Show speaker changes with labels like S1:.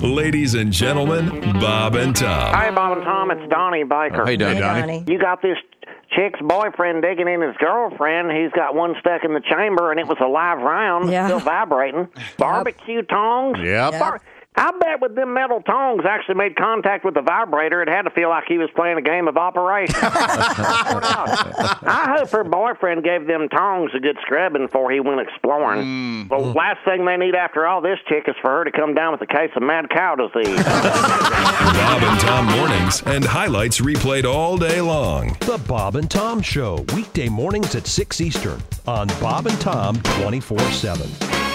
S1: Ladies and gentlemen, Bob and Tom.
S2: Hey, Bob and Tom, it's Donnie Biker.
S3: Hey, Donnie.
S4: Hey, Donnie.
S2: You got this chick's boyfriend digging in his girlfriend. He's got one stuck in the chamber, and it was a live round,
S4: Yeah.
S2: still vibrating. Barbecue tongs.
S3: Yep.
S4: Yep.
S2: Bar- I bet with them metal tongs actually made contact with the vibrator, it had to feel like he was playing a game of operation. I hope her boyfriend gave them tongs a good scrubbing before he went exploring. The last thing they need after all this chick is for her to come down with a case of mad cow disease.
S1: Bob and Tom mornings and highlights replayed all day long.
S5: The Bob and Tom Show, weekday mornings at 6 Eastern on Bob and Tom 24 7.